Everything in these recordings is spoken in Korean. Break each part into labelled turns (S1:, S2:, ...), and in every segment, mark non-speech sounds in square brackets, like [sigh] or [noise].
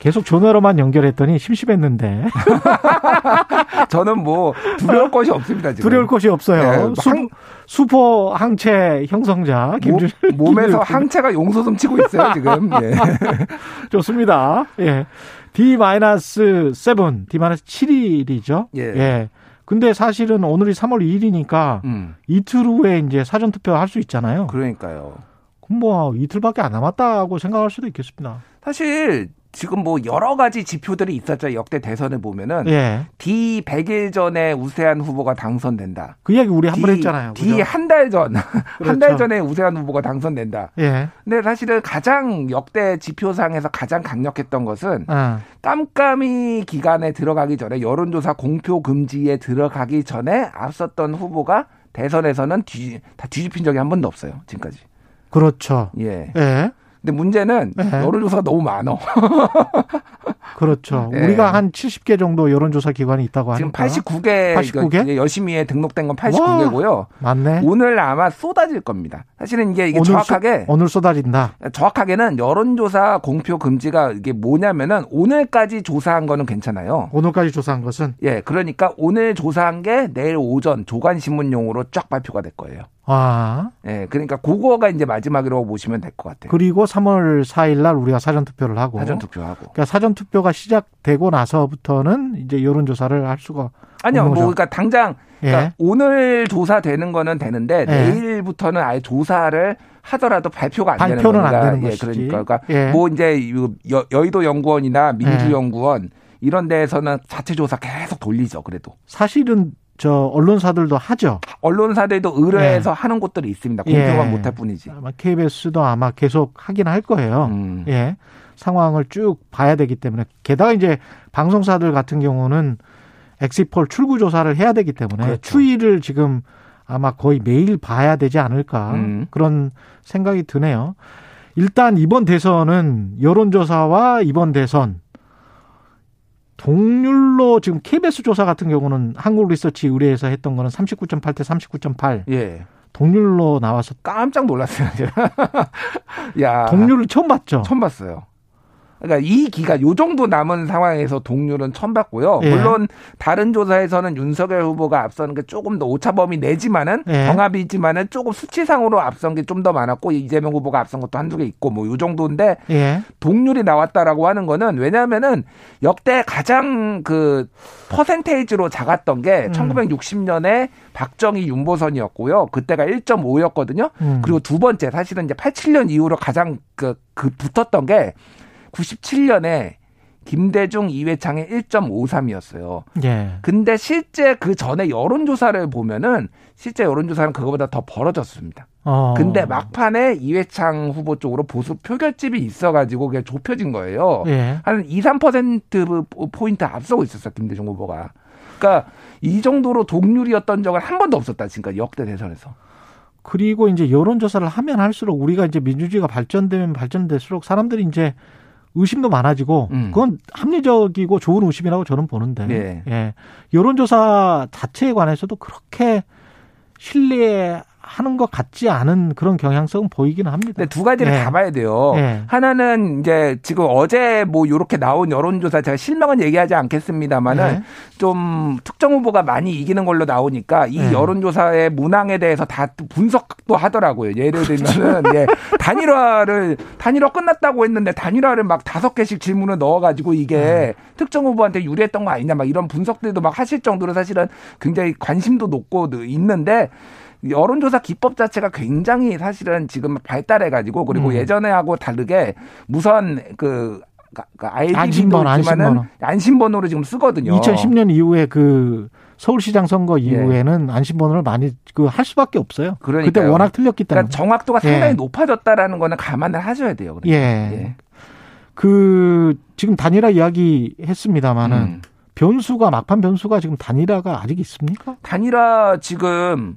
S1: 계속 전화로만 연결했더니 심심했는데
S2: 저는 뭐
S1: [laughs]
S2: 두려울 것이 없습니다. 지금.
S1: 두려울 곳이 없어요.
S2: 네,
S1: 수,
S2: 항-
S1: 수포 항체 형성자 김준일
S2: 몸, 에서
S1: 김준일
S2: 항체가 용솟음 치고 있어요 지금.
S1: [laughs]
S2: 예.
S1: 좋습니다. 예. D-7, D-7일이죠.
S2: 예.
S1: 근데 사실은 오늘이 3월 2일이니까
S2: 음,
S1: 이틀 후에 이제 사전 투표 할 수 있잖아요.
S2: 그러니까요.
S1: 그럼 뭐 이틀밖에 안 남았다고 생각할 수도 있겠습니다.
S2: 사실 지금 뭐 여러 가지 지표들이 있었죠. 역대 대선에 보면은
S1: 예.
S2: D 100일 전에 우세한 후보가 당선된다.
S1: 그 이야기 우리 한 번
S2: D-
S1: 했잖아요. 그죠?
S2: D 한 달 전, [laughs] 한
S1: 그렇죠.
S2: 달 전에 우세한 후보가 당선된다.
S1: 예.
S2: 근데 사실은 가장 역대 지표상에서 가장 강력했던 것은
S1: 아,
S2: 깜깜이 기간에 들어가기 전에 여론조사 공표 금지에 들어가기 전에 앞섰던 후보가 대선에서는 뒤, 다 뒤집힌 적이 한 번도 없어요 지금까지.
S1: 그렇죠.
S2: 예.
S1: 예.
S2: 근데 문제는
S1: 네.
S2: 여론조사가 너무 많어.
S1: 그렇죠.
S2: 예.
S1: 우리가 한 70개 정도 여론조사 기관이 있다고
S2: 지금
S1: 하니까.
S2: 89개,
S1: 89 개?
S2: 여심이에 등록된 건 89개고요.
S1: 맞네.
S2: 오늘 아마 쏟아질 겁니다. 사실은 이게, 이게
S1: 오늘
S2: 정확하게
S1: 쏟- 어. 오늘 쏟아진다.
S2: 정확하게는 여론조사 공표 금지가 이게 뭐냐면은 오늘까지 조사한 거는 괜찮아요.
S1: 오늘까지 조사한 것은
S2: 예, 그러니까 오늘 조사한 게 내일 오전 조간신문용으로 쫙 발표가 될 거예요.
S1: 아
S2: 예, 그러니까 그거가 이제 마지막이라고 보시면 될 것 같아요.
S1: 그리고 3월 4일 날 우리가 사전 투표를 하고
S2: 네. 사전 투표하고.
S1: 그러니까 사전 투표가 시작되고 나서부터는 이제 여론 조사를 할 수가
S2: 아니요, 뭐
S1: 공모전.
S2: 그러니까 당장 그러니까
S1: 예.
S2: 오늘 조사되는 거는 되는데 내일부터는 아예 조사를 하더라도 발표가 안 되는
S1: 발표는
S2: 거니까.
S1: 안 되는
S2: 예,
S1: 것이지.
S2: 그러니까, 그러니까
S1: 예.
S2: 뭐 이제 이 여, 의도 연구원이나 민주 연구원 이런 데에서는 자체 조사 계속 돌리죠. 그래도
S1: 사실은 저 언론사들도 하죠.
S2: 언론사들도 의뢰해서 하는 곳들이 있습니다. 공표만
S1: 예.
S2: 못할 뿐이지.
S1: 아마 KBS도 아마 계속 하긴 할 거예요.
S2: 음.
S1: 예. 상황을 쭉 봐야 되기 때문에 게다가 이제 방송사들 같은 경우는 엑시폴 출구 조사를 해야 되기 때문에
S2: 그렇죠.
S1: 추이를 지금 아마 거의 매일 봐야 되지 않을까
S2: 음.
S1: 그런 생각이 드네요. 일단 이번 대선은 여론조사와 이번 대선 동률로 지금 KBS 조사 같은 경우는 한국리서치 의뢰해서 했던 거는 39.8 대 39.8
S2: 예.
S1: 동률로 나와서
S2: 깜짝 놀랐어요. [laughs] 제가. 야,
S1: 동률을 처음 봤죠.
S2: 처음 봤어요. 그러니까 이 기가 요 정도 남은 상황에서 동률은 처음 봤고요.
S1: 예.
S2: 물론 다른 조사에서는 윤석열 후보가 앞서는 게 조금 더 오차범위 내지만은
S1: 예.
S2: 경합이지만은 조금 수치상으로 앞선 게 좀 더 많았고 이재명 후보가 앞선 것도 한두 개 있고 뭐 요 정도인데
S1: 예.
S2: 동률이 나왔다라고 하는 거는 왜냐면은 역대 가장 그 퍼센테이지로 작았던 게
S1: 음.
S2: 1960년에 박정희 윤보선이었고요. 그때가 1.5였거든요.
S1: 음.
S2: 그리고 두 번째 사실은 이제 87년 이후로 가장 그, 그 붙었던 게 97년에 김대중 이회창의 1.53이었어요.
S1: 예.
S2: 근데 실제 그 전에 여론조사를 보면은 실제 여론조사는 그거보다 더 벌어졌습니다.
S1: 어.
S2: 근데 막판에 이회창 후보 쪽으로 보수 표결집이 있어가지고 그게 좁혀진 거예요.
S1: 예.
S2: 한 2, 3% 포인트 앞서고 있었어 김대중 후보가. 그러니까 이 정도로 동률이었던 적은 한 번도 없었다 지금까지 역대 대선에서.
S1: 그리고 이제 여론 조사를 하면 할수록 우리가 이제 민주주의가 발전되면 발전될수록 사람들이 이제 의심도 많아지고
S2: 음.
S1: 그건 합리적이고 좋은 의심이라고 저는 보는데
S2: 예.
S1: 예. 여론 조사 자체에 관해서도 그렇게 신뢰하는 것 같지 않은 그런 경향성은 보이기는 합니다.
S2: 근데 두 가지를
S1: 예.
S2: 다 봐야 돼요.
S1: 예.
S2: 하나는 이제 지금 어제 뭐 요렇게 나온 여론조사 제가 실명은 얘기하지 않겠습니다만은
S1: 예.
S2: 좀 특정 후보가 많이 이기는 걸로 나오니까 이
S1: 예.
S2: 여론조사의 문항에 대해서 다 분석도 하더라고요. 예를 들면은 예, 단일화를 단일화 끝났다고 했는데 단일화를 막 다섯 개씩 질문을 넣어가지고 이게
S1: 네.
S2: 특정 후보한테 유리했던 거 아니냐 막 이런 분석들도 막 하실 정도로 사실은 굉장히 관심도 높고 있는데. 여론조사 기법 자체가 굉장히 사실은 지금 발달해가지고 그리고
S1: 음.
S2: 예전에 하고 다르게 무선 그, 그 아이디도
S1: 안심번호,
S2: 있지만은
S1: 안심번호.
S2: 안심번호로 지금 쓰거든요.
S1: 2010년 이후에 그 서울시장 선거 이후에는 안심번호를 많이 그 할 수밖에 없어요.
S2: 그러니까요.
S1: 때 워낙 틀렸기 때문에.
S2: 그러니까 정확도가
S1: 예.
S2: 상당히 높아졌다라는 거는 감안을 하셔야 돼요. 그러니까.
S1: 예.
S2: 예.
S1: 그 지금 단일화 이야기 했습니다마는
S2: 음.
S1: 변수가 막판 변수가 지금 단일화가 아직 있습니까?
S2: 단일화 지금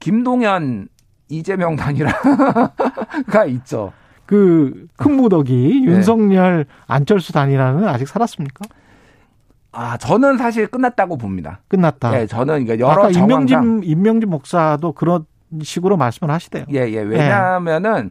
S2: 김동연 이재명 단일화가 [laughs] 있죠.
S1: 그 큰무더기
S2: 네.
S1: 윤석열 안철수 단일화는 아직 살았습니까?
S2: 아 저는 사실 끝났다고 봅니다.
S1: 끝났다.
S2: 예, 저는 그러니까 여러
S1: 아까
S2: 정황상
S1: 임명진 임명진 목사도 그런 식으로 말씀을 하시대요.
S2: 예예 왜냐하면은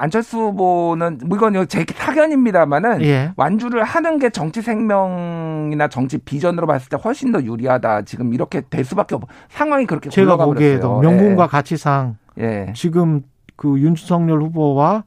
S2: 안철수 후보는 뭐 이건 제 타견입니다만은
S1: 예.
S2: 완주를 하는 게 정치 생명이나 정치 비전으로 봤을 때 훨씬 더 유리하다. 지금 이렇게 될 수밖에 없. 상황이 그렇게
S1: 제가
S2: 굴러가
S1: 보기에도
S2: 버렸어요.
S1: 명분과 가치상
S2: 예, 예.
S1: 지금 그 윤석열 후보와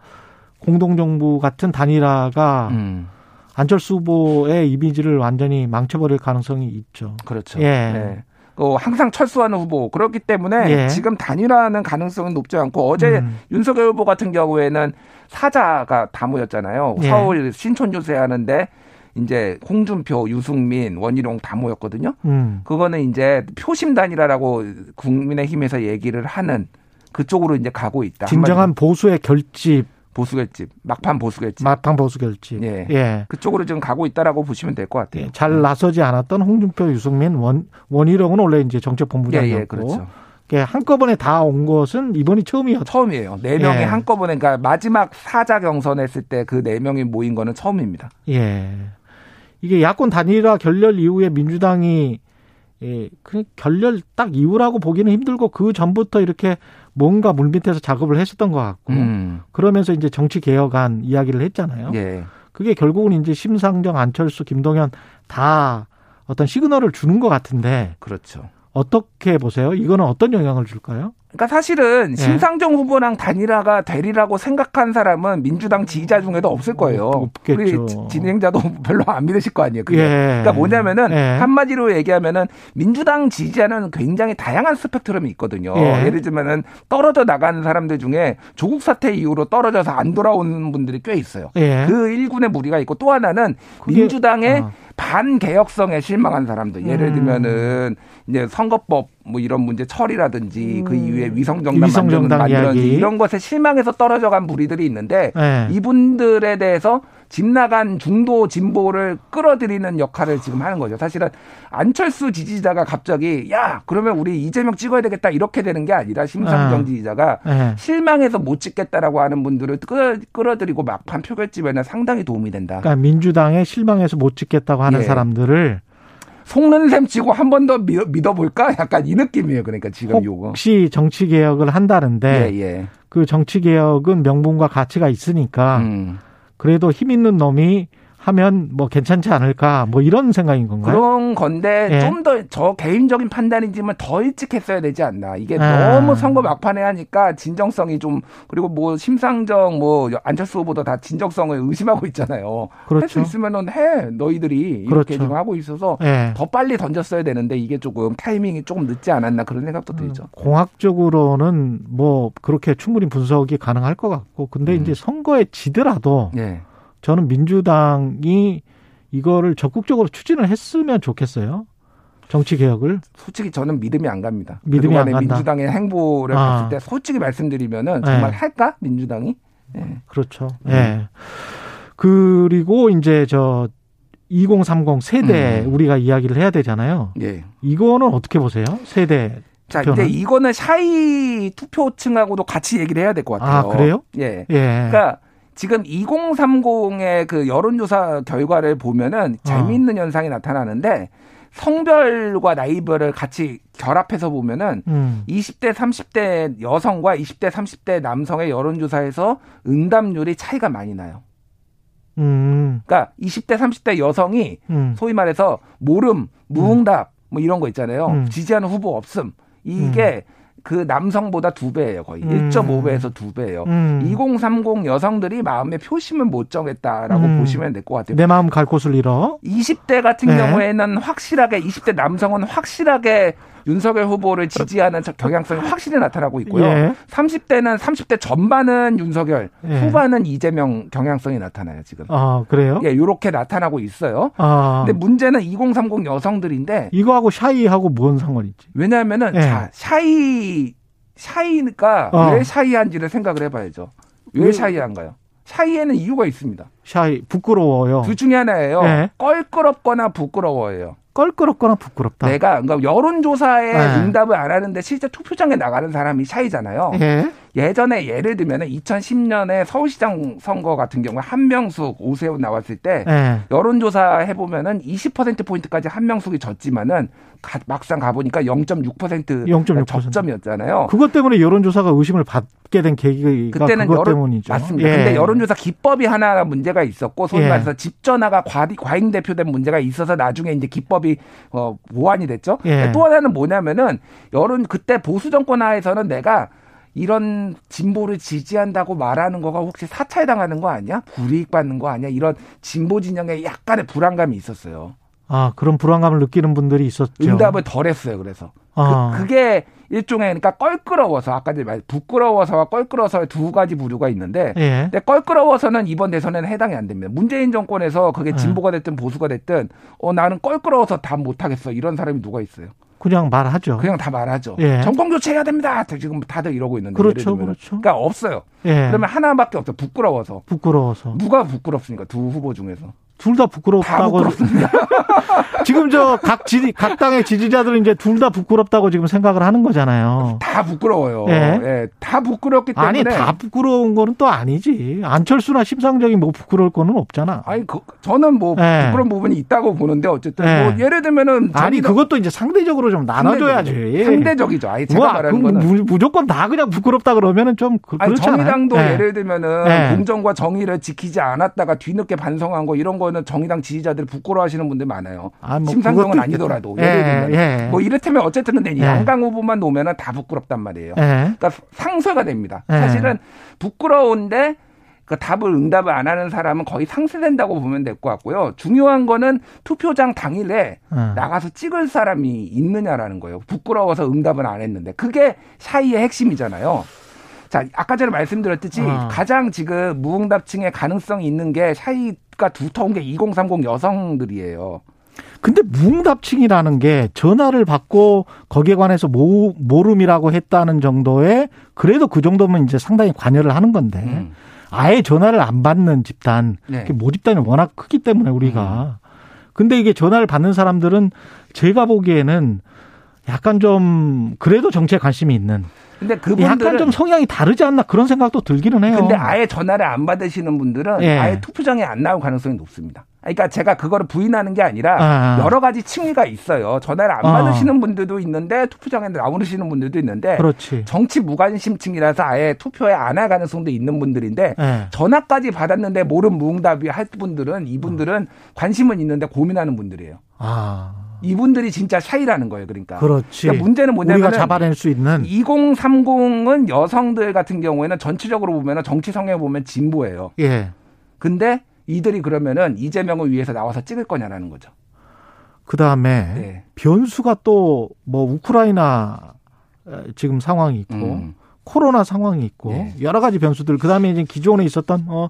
S1: 공동정부 같은 단일화가
S2: 음,
S1: 안철수 후보의 이미지를 완전히 망쳐버릴 가능성이 있죠.
S2: 그렇죠.
S1: 예.
S2: 어, 항상 철수하는 후보 그렇기 때문에
S1: 예.
S2: 지금 단일화하는 가능성은 높지 않고 어제
S1: 음.
S2: 윤석열 후보 같은 경우에는 사자가 다 모였잖아요.
S1: 예.
S2: 서울 신촌 유세하는데 이제 홍준표, 유승민, 원희룡 다 모였거든요.
S1: 음.
S2: 그거는 이제 표심 단일화라고 국민의힘에서 얘기를 하는 그쪽으로 이제 가고 있다.
S1: 진정한 보수의 결집,
S2: 한마디로 보수결집, 막판 보수결집
S1: 막판 보수 결집.
S2: 예. 네.
S1: 예.
S2: 그쪽으로 지금 가고 있다라고 보시면 될 것 같아요.
S1: 예, 잘 나서지 않았던 홍준표, 유승민, 원, 원희룡은 원래 이제 정책본부장이었고,
S2: 예, 그렇죠.
S1: 예, 한꺼번에 다 온 것은 이번이 처음이었죠.
S2: 처음이에요. 네 명이
S1: 예.
S2: 한꺼번에 그러니까 마지막 사자 경선했을 때 그 네 명이 모인 거는 처음입니다.
S1: 예. 이게 야권 단일화 결렬 이후에 민주당이 예, 그 결렬 딱 이후라고 보기는 힘들고 그 전부터 이렇게 뭔가 물밑에서 작업을 했었던 것 같고
S2: 음.
S1: 그러면서 이제 정치 개혁안 이야기를 했잖아요.
S2: 예.
S1: 그게 결국은 이제 심상정, 안철수, 김동연 다 어떤 시그널을 주는 것 같은데
S2: 그렇죠.
S1: 어떻게 보세요? 이거는 어떤 영향을 줄까요?
S2: 그러니까
S1: 예.
S2: 사실은 심상정 후보랑 단일화가 되리라고 생각한 사람은 민주당 지지자 중에도 없을 거예요.
S1: 어, 없겠죠.
S2: 우리 지- 진행자도 [laughs] 별로 안 믿으실 거 아니에요. 그게.
S1: 예.
S2: 그러니까 뭐냐면은
S1: 예.
S2: 한마디로 얘기하면은 민주당 지지자는 굉장히 다양한 스펙트럼이 있거든요.
S1: 예.
S2: 예. 를 들면은 떨어져 나간 사람들 중에 조국 사태 이후로 떨어져서 안 돌아오는 분들이 꽤 있어요.
S1: 예.
S2: 그 일군의 무리가 있고 또 하나는
S1: 그게-
S2: 민주당의
S1: 아.
S2: 반개혁성에 실망한 사람들. 예를
S1: 음.
S2: 들면은 이제 선거법 뭐 이런 문제 처리라든지 그 이후에 위성정당
S1: 음. 위성정당
S2: 만드는
S1: 이야기.
S2: 이런 것에 실망해서 떨어져 간 무리들이 있는데
S1: 예.
S2: 이분들에 대해서 집 나간 중도 진보를 끌어들이는 역할을 지금 하는 거죠. 사실은 안철수 지지자가 갑자기 야 그러면 우리 이재명 찍어야 되겠다 이렇게 되는 게 아니라 심상정
S1: 아.
S2: 지지자가
S1: 예.
S2: 실망해서 못 찍겠다라고 하는 분들을 끌어, 끌어들이고 막판 표결집에는 상당히 도움이 된다.
S1: 그러니까 민주당에 실망해서 못 찍겠다고 하는
S2: 예.
S1: 사람들을
S2: 속는 셈 치고 한 번 더 믿어볼까? 약간 이 느낌이에요. 그러니까 지금 요거.
S1: 혹시 정치 개혁을 한다는데
S2: 예, 예.
S1: 그 정치 개혁은 명분과 가치가 있으니까
S2: 음.
S1: 그래도 힘 있는 놈이 하면 뭐 괜찮지 않을까 뭐 이런 생각인 건가요?
S2: 그런 건데
S1: 예.
S2: 좀 더 저 개인적인 판단이지만 더 일찍 했어야 되지 않나. 이게
S1: 아.
S2: 너무 선거 막판에 하니까 진정성이 좀 그리고 뭐 심상정 뭐 안철수 후보도 다 진정성을 의심하고 있잖아요. 할 수
S1: 그렇죠.
S2: 있으면은 해 너희들이 이렇게
S1: 그렇죠.
S2: 지금 하고 있어서
S1: 예.
S2: 더 빨리 던졌어야 되는데 이게 조금 타이밍이 조금 늦지 않았나 그런
S1: 음.
S2: 생각도 들죠.
S1: 공학적으로는 뭐 그렇게 충분히 분석이 가능할 것 같고 근데
S2: 음.
S1: 이제 선거에 지더라도
S2: 예.
S1: 저는 민주당이 이거를 적극적으로 추진을 했으면 좋겠어요. 정치 개혁을
S2: 솔직히 저는 믿음이 안 갑니다.
S1: 믿음이
S2: 그동안의
S1: 안 간다.
S2: 민주당의 행보를
S1: 아.
S2: 봤을 때 솔직히 말씀드리면은 정말
S1: 네.
S2: 할까 민주당이? 예.
S1: 그렇죠. 예. 그리고 이제 저 2030 세대
S2: 음.
S1: 우리가 이야기를 해야 되잖아요.
S2: 예.
S1: 이거는 어떻게 보세요? 세대
S2: 자,
S1: 투표는?
S2: 근데 이거는 샤이 투표층하고도 같이 얘기를 해야 될 것 같아요.
S1: 아, 그래요?
S2: 예.
S1: 예.
S2: 그러니까 지금 2030의 그 여론조사 결과를 보면은
S1: 아.
S2: 재미있는 현상이 나타나는데 성별과 나이별을 같이 결합해서 보면은
S1: 음.
S2: 20대 30대 여성과 20대 30대 남성의 여론조사에서 응답률이 차이가 많이 나요.
S1: 음.
S2: 그러니까 20대 30대 여성이
S1: 음.
S2: 소위 말해서 모름, 무응답 뭐 이런 거 있잖아요.
S1: 음.
S2: 지지하는 후보 없음. 이게 그 남성보다 두 배예요, 거의.
S1: 음.
S2: 1.5배에서 두 배예요.
S1: 음.
S2: 2030 여성들이 마음의 표심을 못 정했다라고
S1: 음.
S2: 보시면 될 것 같아요.
S1: 내 마음 갈 곳을 잃어.
S2: 20대 같은
S1: 네.
S2: 경우에는 확실하게 20대 남성은 확실하게 윤석열 후보를 지지하는 저 경향성이 확실히 나타나고 있고요.
S1: 예.
S2: 30대는 30대 전반은 윤석열,
S1: 예.
S2: 후반은 이재명 경향성이 나타나요, 지금.
S1: 아, 그래요?
S2: 예, 요렇게 나타나고 있어요.
S1: 아.
S2: 근데 문제는 2030 여성들인데
S1: 이거하고 샤이하고 뭔 상관이지?
S2: 왜냐하면은
S1: 예.
S2: 자 샤이 샤이니까
S1: 어.
S2: 왜 샤이한지를 생각을 해봐야죠. 왜
S1: 왜-
S2: 샤이한가요? 차이에는 이유가 있습니다.
S1: 샤이 부끄러워요.
S2: 둘 중에 하나예요.
S1: 네.
S2: 껄끄럽거나 부끄러워예요.
S1: 껄끄럽거나 부끄럽다.
S2: 내가 그러니까 여론조사에
S1: 네.
S2: 응답을 안 하는데 실제 투표장에 나가는 사람이 차이잖아요.
S1: 예.
S2: 예전에 예를 들면 2010년에 서울시장 선거 같은 경우에 한명숙, 오세훈 나왔을 때
S1: 예.
S2: 여론조사 해보면은 20%포인트까지 한명숙이 졌지만은 가- 막상 가보니까 0.6%
S1: 0.6%.
S2: 그 그러니까 접점이었잖아요.
S1: 그것 때문에 여론조사가 의심을 받게 된 계기가
S2: 그때는
S1: 그러니까 그것
S2: 여론-
S1: 때문이죠.
S2: 맞습니다.
S1: 예.
S2: 근데 여론조사 기법이 하나 문제가 있었고 소위
S1: 예.
S2: 말해서 집전화가 과, 과잉 대표된 문제가 있어서 나중에 이제 기법이 어, 보완이 됐죠. 그러니까
S1: 예.
S2: 또 하나는 뭐냐면은 여론 그때 보수 정권 하에서는 내가 이런 진보를 지지한다고 말하는 거가 혹시 사찰 당하는 거 아니야? 불이익 받는 거 아니야? 이런 진보 진영에 약간의 불안감이 있었어요.
S1: 아 그런 불안감을 느끼는 분들이 있었죠.
S2: 응답을 덜 했어요. 그래서
S1: 아.
S2: 그, 게 일종의 그러니까 껄끄러워서 아까 전에 말 부끄러워서와 껄끄러워서 두 가지 부류가 있는데
S1: 예.
S2: 근데 껄끄러워서는 이번 대선에는 해당이 안 됩니다. 문재인 정권에서
S1: 네.
S2: 그게 진보가 됐든 보수가 됐든 어 나는 껄끄러워서 다 못하겠어 이런 사람이 누가 있어요?
S1: 그냥 말하죠.
S2: 그냥 다 말하죠.
S1: 예.
S2: 정권 교체해야 됩니다. 지금 다들 이러고 있는데
S1: 그렇죠,
S2: 예를 들면은.
S1: 그렇죠.
S2: 그러니까 없어요.
S1: 예.
S2: 그러면 하나밖에 없어. 부끄러워서
S1: 부끄러워서
S2: 누가 부끄럽습니까? 두 후보 중에서
S1: 둘 다
S2: 다
S1: 부끄럽다고
S2: 부끄럽습니다.
S1: [laughs] 지금 저 각 지지 각 당의 지지자들은 이제 둘 다 부끄럽다고 지금 생각을 하는 거잖아요.
S2: 다 부끄러워요.
S1: 예.
S2: 예. 다 부끄럽기 때문에
S1: 아니 다 부끄러운 거는 또 아니지. 안철수나 심상정이 뭐 부끄러울 거는 없잖아.
S2: 아니 그, 저는 뭐
S1: 예.
S2: 부끄러운 부분이 있다고 보는데 어쨌든
S1: 예.
S2: 뭐 예를 들면은
S1: 아니
S2: 자기가
S1: 그것도 이제 상대적으로 좀 나눠줘야지. 예.
S2: 상대적이죠. 상대적이죠. 아니 제가
S1: 뭐
S2: 말하는
S1: 그건
S2: 거는
S1: 무- 무조건 다 그냥 부끄럽다 그러면은 좀 그,
S2: 아니
S1: 그렇지 않아요?
S2: 정의당도
S1: 예.
S2: 예를 들면은
S1: 예.
S2: 공정과 정의를 지키지 않았다가 뒤늦게 반성한 거 이런 거는 정의당 지지자들이 부끄러워하시는 분들 많아요.
S1: 아, 뭐
S2: 심상정은
S1: 그것도
S2: 아니더라도
S1: 있겠다.
S2: 예를
S1: 예,
S2: 들면
S1: 예.
S2: 은뭐 이렇다면 어쨌든 근데
S1: 예.
S2: 양강 후보만 놓으면은 다 부끄럽단 말이에요.
S1: 예.
S2: 그러니까 상쇄가 됩니다.
S1: 예.
S2: 사실은 부끄러운데 그 답을 응답을 안 하는 사람은 거의 상쇄된다고 보면 될 것 같고요. 중요한 거는 투표장 당일에
S1: 어.
S2: 나가서 찍을 사람이 있느냐라는 거예요. 부끄러워서 응답은 안 했는데 그게 샤이의 핵심이잖아요. 자, 아까 전에 말씀드렸듯이
S1: 어.
S2: 가장 지금 무응답층의 가능성이 있는 게 샤이가 두터운 게 2030 여성들이에요.
S1: 근데 무응답층이라는 게 전화를 받고 거기에 관해서 모, 모름이라고 했다는 정도의 그래도 그 정도면 이제 상당히 관여를 하는 건데
S2: 음.
S1: 아예 전화를 안 받는 집단
S2: 네. 음.
S1: 그 모집단이 워낙 크기 때문에 우리가 근데 이게 전화를 받는 사람들은 제가 보기에는 약간 좀 그래도 정치에 관심이 있는
S2: 근데
S1: 약간
S2: 그분들은
S1: 좀 성향이 다르지 않나 그런 생각도 들기는 해요.
S2: 근데 아예 전화를 안 받으시는 분들은
S1: 예.
S2: 아예 투표장에 안 나올 가능성이 높습니다. 그러니까 제가 그거를 부인하는 게 아니라
S1: 아.
S2: 여러 가지 층위가 있어요. 전화를 안
S1: 아.
S2: 받으시는 분들도 있는데 투표장에 나오시는 분들도
S1: 그렇죠.
S2: 있는데
S1: 그렇지.
S2: 정치 무관심층이라서 아예 투표에 안 할 가능성도 있는 분들인데
S1: 예.
S2: 전화까지 받았는데 모른 무응답이 할 분들은 이분들은 관심은 있는데 고민하는 분들이에요.
S1: 아,
S2: 이분들이 진짜 샤이라는 거예요. 그러니까.
S1: 그렇지.
S2: 그러니까 문제는 뭐냐면
S1: 우리가 잡아낼 수 있는
S2: 2030은 여성들 같은 경우에는 전체적으로 보면 정치 성향 보면 진보예요.
S1: 예.
S2: 근데 이들이 그러면은 이재명을 위해서 나와서 찍을 거냐라는 거죠.
S1: 그다음에
S2: 네.
S1: 변수가 또 뭐 우크라이나 에, 지금 상황이 있고
S2: 음.
S1: 코로나 상황이 있고
S2: 예.
S1: 여러 가지 변수들 그다음에 이제 기존에 있었던 어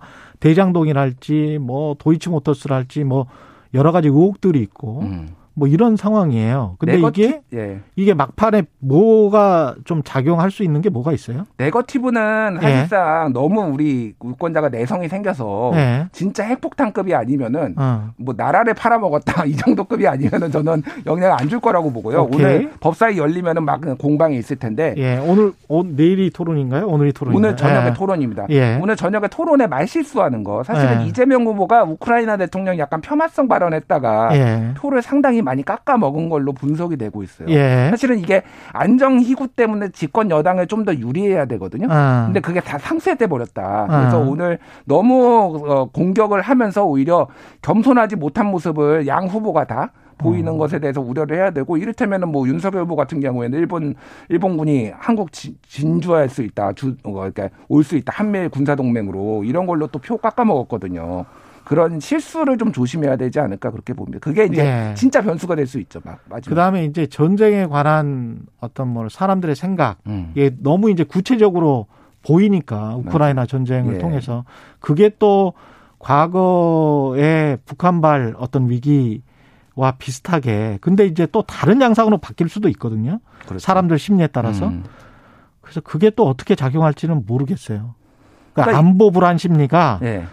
S1: 대장동이랄지 뭐 도이치모터스랄지 뭐 여러 가지 의혹들이 있고
S2: 음.
S1: 뭐 이런 상황이에요. 근데
S2: 네거티-
S1: 이게
S2: 예.
S1: 이게 막판에 뭐가 좀 작용할 수 있는 게 뭐가 있어요?
S2: 네거티브는
S1: 예.
S2: 사실상 너무 우리 유권자가 내성이 생겨서
S1: 예.
S2: 진짜 핵폭탄급이 아니면은
S1: 어.
S2: 뭐 나라를 팔아먹었다 [laughs] 이 정도급이 아니면은 저는 영향을 안 줄 거라고 보고요.
S1: 오케이.
S2: 오늘 법사위 열리면은 막 공방에 있을 텐데
S1: 예. 오늘 오, 내일이 토론인가요? 오늘이 토론인가요?
S2: 네. 오늘 저녁에
S1: 예.
S2: 토론입니다.
S1: 예.
S2: 오늘 저녁에 토론에 말 실수하는 거 사실은
S1: 예.
S2: 이재명 후보가 우크라이나 대통령 약간 폄하성 발언했다가
S1: 예.
S2: 표를 상당히 많이 깎아 먹은 걸로 분석이 되고 있어요.
S1: 예.
S2: 사실은 이게 안정희구 때문에 집권 여당을 좀 더 유리해야 되거든요.
S1: 아.
S2: 근데 그게 다 상쇄돼 버렸다.
S1: 아.
S2: 그래서 오늘 너무 어, 공격을 하면서 오히려 겸손하지 못한 모습을 양 후보가 다
S1: 아.
S2: 보이는 것에 대해서 우려를 해야 되고 이를테면은 뭐 윤석열 후보 같은 경우에는 일본 일본군이 한국 진- 진주할 수 있다. 주 어, 그러니까 올 수 있다. 한미일 군사 동맹으로 이런 걸로 또 표 깎아 먹었거든요. 그런 실수를 좀 조심해야 되지 않을까 그렇게 봅니다. 그게 이제
S1: 예.
S2: 진짜 변수가 될 수 있죠. 막
S1: 그
S2: 마지막.
S1: 다음에 이제 전쟁에 관한 어떤 뭐 사람들의 생각,
S2: 음.
S1: 이게 너무 이제 구체적으로 보이니까 우크라이나 전쟁을
S2: 예.
S1: 통해서 그게 또 과거의 북한발 어떤 위기와 비슷하게 근데 이제 또 다른 양상으로 바뀔 수도 있거든요.
S2: 그렇죠.
S1: 사람들 심리에 따라서
S2: 음.
S1: 그래서 그게 또 어떻게 작용할지는 모르겠어요. 그러니까
S2: 그러니까
S1: 안보 불안 심리가
S2: 예.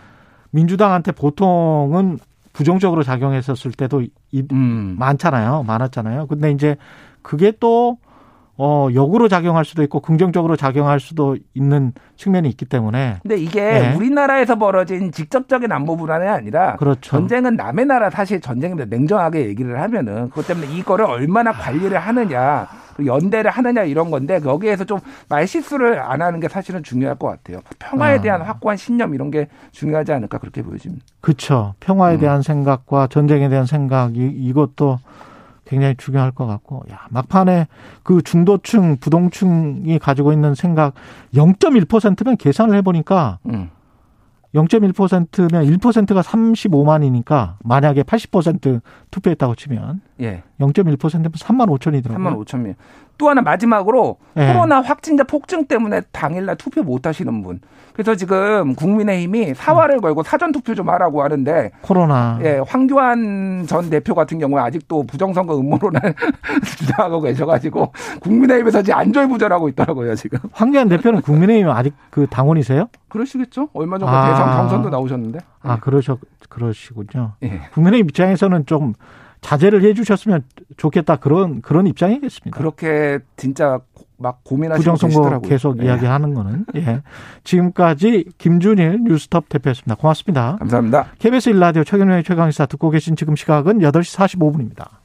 S1: 민주당한테 보통은 부정적으로 작용했었을 때도 이-
S2: 음.
S1: 많잖아요. 많았잖아요. 근데 이제 그게 또 어, 역으로 작용할 수도 있고 긍정적으로 작용할 수도 있는 측면이 있기 때문에
S2: 근데 이게
S1: 네.
S2: 우리나라에서 벌어진 직접적인 안보 불안이 아니라
S1: 그렇죠.
S2: 전쟁은 남의 나라 사실 전쟁입니다. 냉정하게 얘기를 하면은 그것 때문에 이거를
S1: 아.
S2: 얼마나 관리를 하느냐, 그 연대를 하느냐 이런 건데 거기에서 좀 말실수를 안 하는 게 사실은 중요할 것 같아요. 평화에
S1: 아.
S2: 대한 확고한 신념 이런 게 중요하지 않을까 그렇게 보여집니다.
S1: 그렇죠. 평화에
S2: 음.
S1: 대한 생각과 전쟁에 대한 생각 이, 이것도 굉장히 중요할 것 같고 야 막판에 그 중도층 부동층이 가지고 있는 생각 0.1%면 계산을 해보니까
S2: 음.
S1: 0.1%면 1%가 35만이니까 만약에 80% 투표했다고 치면
S2: 예,
S1: 0.1%면 3만 5천이더라고요.
S2: 3만 5천 명. 또 하나 마지막으로
S1: 예.
S2: 코로나 확진자 폭증 때문에 당일날 투표 못 하시는 분. 그래서 지금 국민의힘이 사활을 걸고 사전 투표 좀 하라고 하는데
S1: 코로나.
S2: 예, 황교안 전 대표 같은 경우에 아직도 부정선거 음모론을 [laughs] 주장하고 계셔가지고 국민의힘에서 지금 안절부절하고 있더라고요 지금.
S1: 황교안 대표는 국민의힘 아직 그 당원이세요?
S2: 그러시겠죠? 얼마 전에
S1: 아.
S2: 대선 경선도 나오셨는데.
S1: 아 그러셔 그러시군요.
S2: 예.
S1: 국민의힘 입장에서는 좀 자제를 해주셨으면 좋겠다 그런 그런 입장이겠습니다.
S2: 그렇게 진짜 고- 막 고민하시고
S1: 부정선거
S2: 계시더라고요.
S1: 계속
S2: 예.
S1: 이야기하는 거는 예. 지금까지 김준일 뉴스톱 대표였습니다. 고맙습니다.
S2: 감사합니다.
S1: KBS 일라디오 최경영의 최강시사 듣고 계신 지금 시각은 8시 45분입니다.